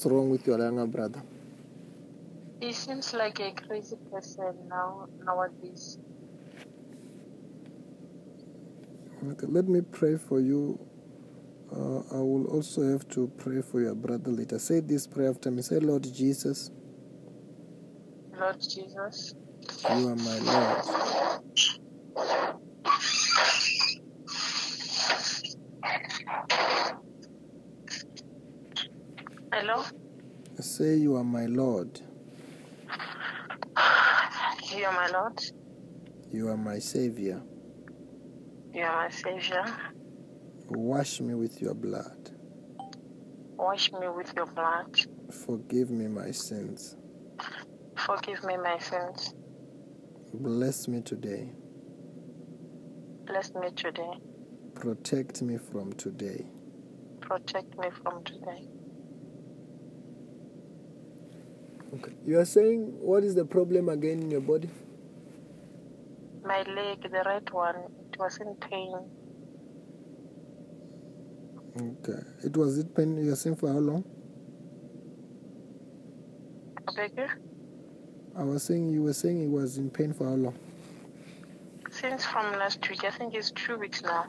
What's wrong with your younger brother? He seems like a crazy person now nowadays. Okay, let me pray for you. Uh, I will also have to pray for your brother later. Say this prayer after me. Say, Lord Jesus, Lord Jesus, you are my Lord. hello. Say, you are my Lord. You are my Lord. You are my Savior. You are my Savior. Wash me with your blood. Wash me with your blood. Forgive me my sins. Forgive me my sins. Bless me today. Bless me today. Protect me from today. Protect me from today. Okay. You are saying, what is the problem again in your body? My leg, the right one, it was in pain. Okay. It was it pain you are saying for how long? I beg you. I was saying you were saying it was in pain for how long? Since from last week, I think it's two weeks now.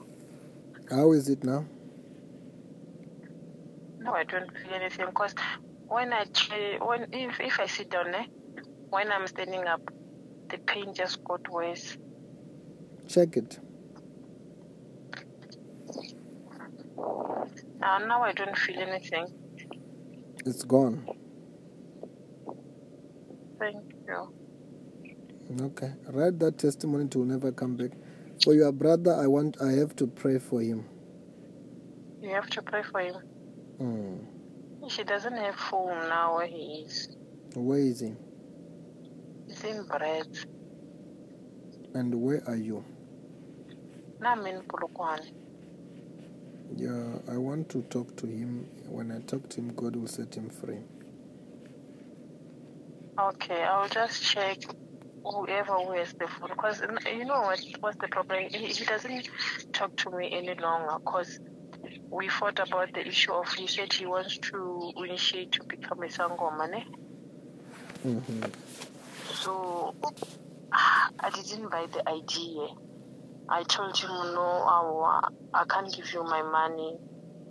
How is it now? No, I don't feel anything because when I try, when if, if I sit down, eh, when I'm standing up, the pain just got worse. Check it. Uh, now I don't feel anything. It's gone. Thank you. Okay. Write that testimony to never come back. For your brother, I want I have to pray for him. You have to pray for him. Mm. She doesn't have phone now where he is. Where is he? He's in bread. And where are you? Now I'm in Polokwane. Yeah, I want to talk to him. When I talk to him, God will set him free. Okay, I'll just check whoever wears the phone because you know what what's the problem? He, he doesn't talk to me any longer because we fought about the issue of he said he wants to initiate to become a sangoma, ne? hmm So ah, I didn't buy the idea. I told him no, I, wa- I can't give you my money.